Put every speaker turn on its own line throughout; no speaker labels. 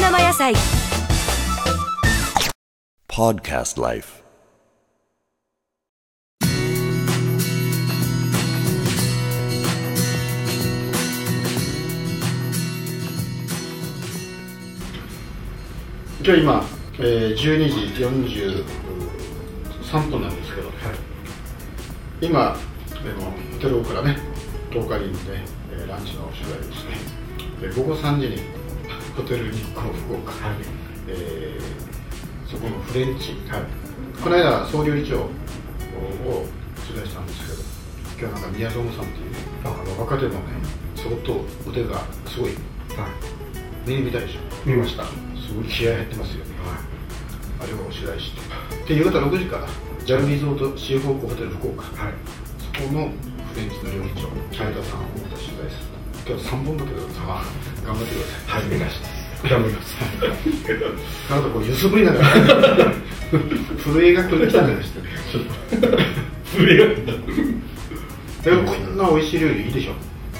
山野菜
Podcast Life.
じゃあ今、えー、12時43分なんですけど、今でもホテルからね10日にんで、えーランチの取材をしてで午後3時にホテル日光福岡、えーそこのフレンチ、この間総料理長を取材したんですけど今日なんか宮園さんっていうあの若手のね相当腕がすごい目に見たでしょ
見ました
すごい気合い入ってますよ、あれを取材してで夕方6時から JAL リゾートシーフォークホテル福岡、そこのフレンチの料理長平田さんをまた取材する今日3本だけどさ頑張ってくださいはいお願いします頑張りますなんかこう揺すぶりながら震えが来る来たんじゃないですかでもこんな美味しい料理いいでしょ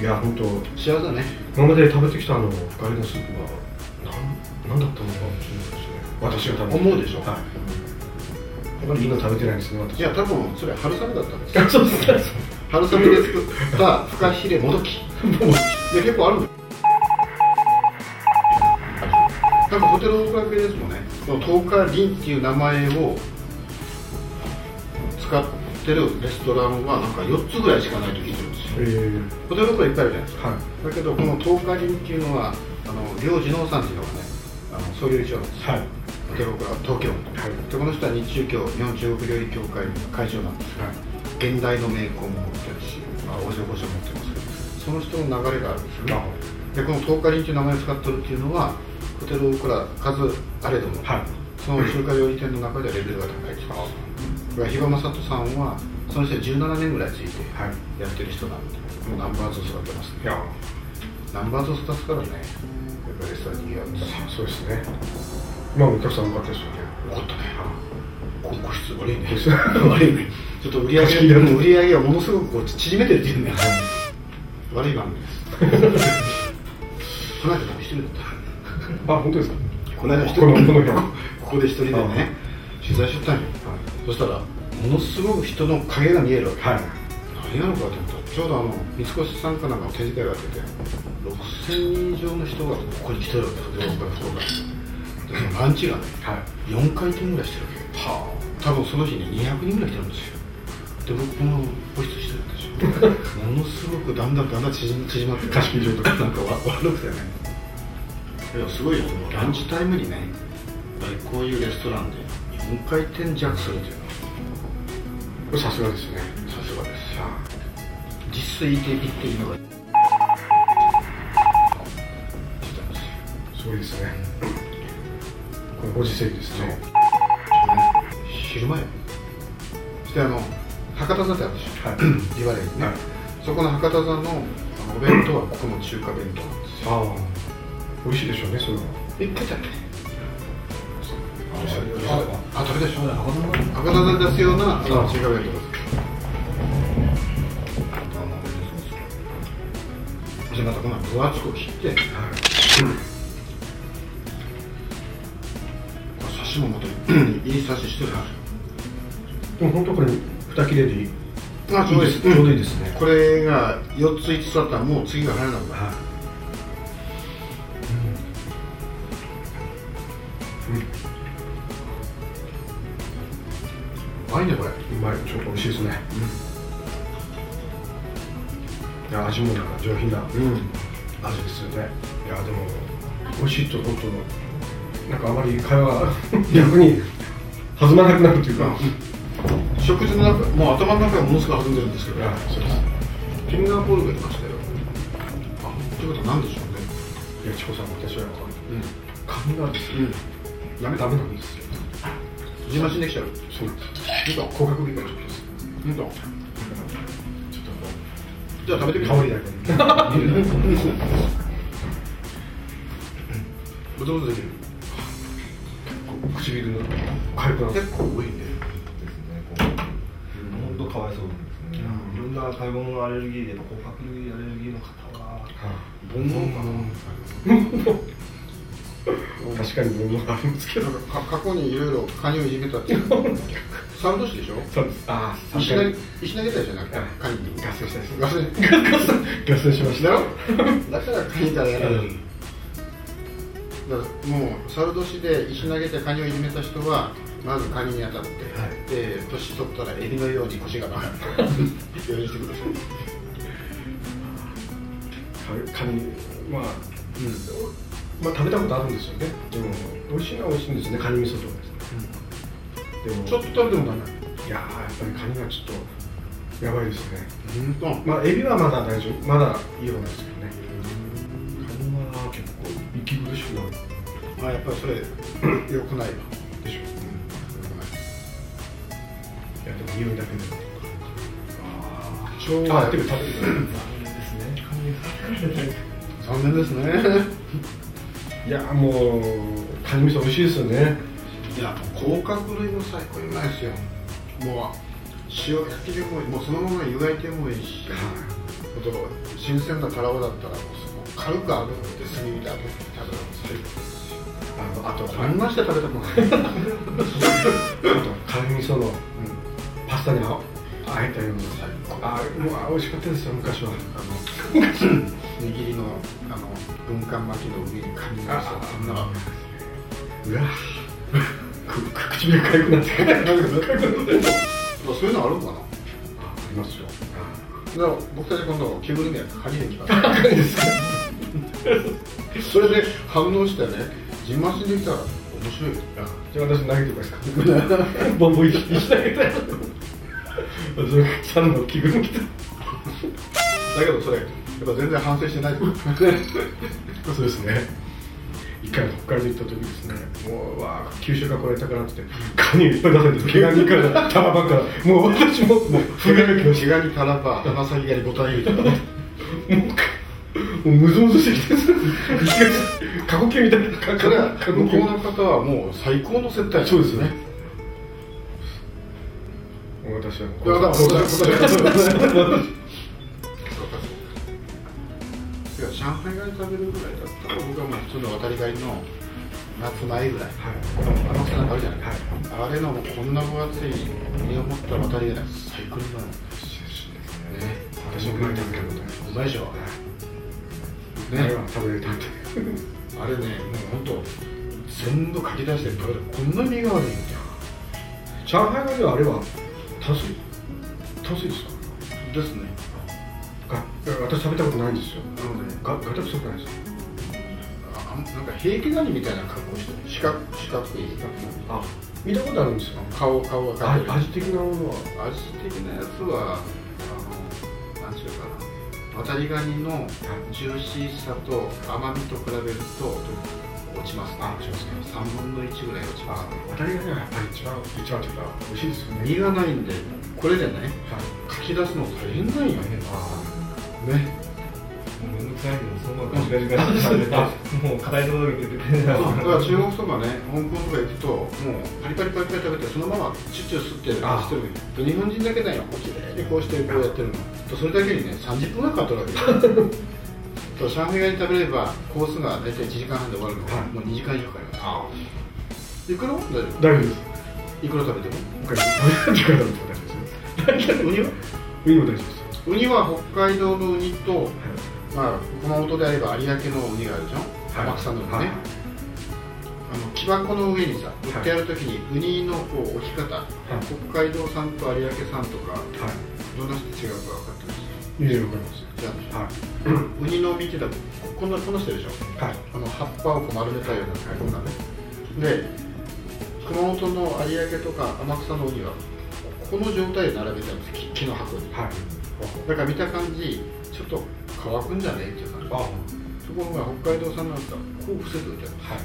いや本当
幸せだね
今まで食べてきたあのガリのスープはなんなんだったのかもしれないですね私が食べて
思うでしょ
はいやっぱり今食べてないですね私
いや多分それ春雨だったんですよ
そうですね
春雨で作 ったフカヒレもどきで結構あるのなんかホテルのおかげですもんねこの東日林っていう名前を使ってるレストランはなんか4つぐらいしかないと聞いてるんですよ
えー、
ホテルのいっぱいあるじゃないですか、
は
だけどこの東日林っていうのはあの両次郎さんっていうのがねあの総料理長なんですよ
いはい
ホテルから東京でこの人は日中協日本中国料理協会の会長なんです現代の名工も持ってるし、まあ、お嬢こしょ持ってますけどその人の流れがあるんですよねでこの東華林という名前を使ってるっていうのはホテルオークラ数あれども、
はい
その中華料理店の中ではレベルが高いですだから比嘉正人さんはその人に17年ぐらいついて
はい
やってる人なんで、もうナンバーズを育てますね
いや
ナンバーズを育つからねやっぱりレストランにぎわうんですよ
そうですね今もお客さん多かったですよね
よかったねこ個室悪いね
個室
悪いねちょっと売り上
貸し切り
げ
だね
もう売り上げはものすごくこう縮めてるっていうね悪い番組です この間多分一人だっ
あ本当ですか
たこの間一人
このこの辺
こここで一人でね取材しとったんよそしたらものすごく人の影が見えるわけ
はい
何なのかと思ったらちょうどあの三越さんかなんかの展示会があってて6000人以上の人がここに来てるわけですよ福岡福岡でそのランチがね
はい
4回転ぐらいしてるわけはあ多分その日に200人ぐらい来てるんですよで僕この保湿してるんですよものすごくだんだんだんだん縮ま縮まって
貸し切り状態
なんかわ悪くてねいやすごいよもうランチタイムにねこういうレストランで4回転弱するというのは
これさすがですね
さすがですよ実際的っていうのが
すごいですねこれご時世ですね
昼前そしてあの博多座ってあるでしょ
はい
言われるね、
はい
そこの博多座のあのお弁当はここの中華弁当なんですよ
ああ美味しいでしょうねそれは
一回だけね
あ
あ食べたでしょ博多座で出すようなあの中華弁当ですでまたこの分厚く切って、うんこれ刺しもまたいい刺ししてるは
でも本当これ二切れでいい
ずあ
ちょうどいいですちょうどいいですね
これが4つ5つだったらもう次が入らなくなる
はい
ワインねこれ
うまいちょっと美味しいですね、いや味もなんか上品
う
な
ん
味ですよねいやでも美味しいと本当なんかあまり会話が 逆に弾まなくなるというか、
食事の中もう頭の中がものすごい弾んでるんですけど
はいそうで
フィンガーボールが出ましたよあということは何でしょうね
いやチコさん私はやっぱ
うん
髪がですね
うんやめた
ダメなんですよ
自慢しんできちゃう
そうなんです
本
広角美がちょっとです
当本
ちょ
当じゃあ
っともう
食べてみよう
香りだけで
ブドウできる
唇の軽くなって
結構多いね
ですね、こう、本当かわいそうですね、いろんな食べ物のアレルギーで、甲殻類アレルギーの方は、
は
煩悩かな
確かにものがあるんですけど
なんかか過去にいろいろカニをいじめたっていうのは 三都市でしょ
そうですああ
石投げ石投げたじゃなくて
はい
カニに
ガスしたです
ガスで
ガスしました
だ
よ
ろ だからカニからやられる、だからもう猿年で石投げてカニをいじめた人はまずカニに当たって、で年取ったらエビのように腰が 曲がるようにしてください、
カニまあ、まあ食べたことあるんですよねでも美味しいのは美味しいんですよねカニ味噌とかですね、でも
ちょっと食べてもダメ
いやーやっぱりカニはちょっとやばいですね
うんと
まあエビはまだ大丈夫まだいい方なんですけどねカニは結構息苦しくなる
まあやっぱりそれ良くないわ
でしょ
良くない
いやでも匂いだけでも
昭
あ
和
でも食べてくれる
残念ですね
いやーもうカニ味噌美味しいですよね
いや甲殻類も最高にうまいですよもう塩焼きでももうそのまま湯がいてもいいしあと新鮮なタラバだったらもうそこ軽く炙って炭火で炙って食べるんです
あのあと
よあんなして食べたもんうん
カニ味噌のパスタにああえたような
最高
あーうわー美味しかったですよ昔は
あの握りのあの軍艦巻きの上にカニがさそんな
うわ くく唇が痒くなってくる
そういうのあるのかな
ありますよ
だから僕たち今度着ぐるみやって借りてきますそれで反応してね自慢しに来たら面白いよ
じゃあ私投げてく ださいボンボン一投げたい 私のさんの着ぐるみ着て
だけどそれやっぱ全然反省してない
そうですね一回北海道行った時ですねもううわあ九州から来られたからって言ってカニいっぱい出されて毛ガニからタラバからもう私ももう
毛
冬
ガ
が
ニ
来まし
毛ガニタラパ鼻先がにボタン入れて
たもうかもうむずむずしてきて過呼吸みたいなか
それは
過呼
向こう
吸
の方はもう最高の接待
そうですね私はこ
いやだから
こ
いや上海ガニ食べるぐらいだったら僕はもう普通の渡りガニの夏前ぐらい
はい
あの背中あるじゃない、
はい
あれのこんな分厚い身を持った渡りガニは最高になるね
私も生まれたんだけどね
うまいでしょ
あ
ね
れは食べれたんで
あれねもう本当全部書き出してこれこんな身が悪いみたい
上海ガニはあれは炭水炭水ですか
なですね
が私食べたことないんですよ
なので
がガタ臭くないですか
あなんか平気ガニみたいな格好してる四角四角い
あ見たことあるんですよ
顔顔が
あ
描いてる
味的なものは
味的なやつはあの何ていうかな渡りガニのジューシーさと甘みと比べると落ちますね
あ落ちますね
3分の1ぐらい落ちます
あ
ね
渡りガニはやっぱり一番一番というか美味しいですよね
身がないんでこれでね
はい
書き出すの大変なんよね
あ
ね
もうめんどくさいんでそのままガリガリガリ食べて もう硬いところに出てくる
だ から中国とかね香港とか行くともうパリパリパリパリ食べてそのままチュッチュ吸ってる
あ
してる日本人だけだよこう綺麗にこうしてこうやってるのとそれだけにね30分はかかるわけよと上海ガニ食べればコースが大体1時間半で終わるのが、
はい
もう2時間以上かかりま
あ
すいくら大丈夫
大丈夫です
いくら食べても
僕は食べ時間だと大丈夫です
ウニは
ウニも大丈夫です
ウニは北海道のウニと、
はい
まあ、熊本であれば有明のウニがあるじゃん、天草のウニね、
はい
あの木箱の上にさ売ってある時にウニのこう置き方、北海道産と有明産とか
は
どんな人違うか分かってます
いいいですよわかります
じゃあね
は
ウニの身ってだここんなこんなしてるでしょ
いはい
あの葉っぱをこう丸めたようなこんなねで熊本の有明とか天草のウニはこの状態で並べてあるんです木木の箱に
はい
だから見た感じちょっと乾くんじゃねえっていう感じ
あはい
そこが北海道産なんだったらこう伏せておいてある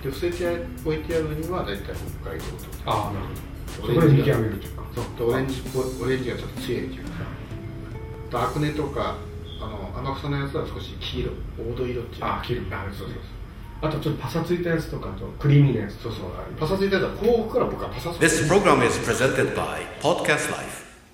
で伏せておいてあるウニは大体北海道とか
あなるほどそこで見極めるというか
そうでオレンジオレンジがちょっと強いっていうかダークネとかあの天草のやつは少し黄色黄土色っていう
あ切るあ
そ
そう
そ
うそううそうあとちょっとパサついたやつとかあとクリーミーなやつ
そうそうそうパサついてたらこうから僕はパサついて
This program is presented by Podcast Life.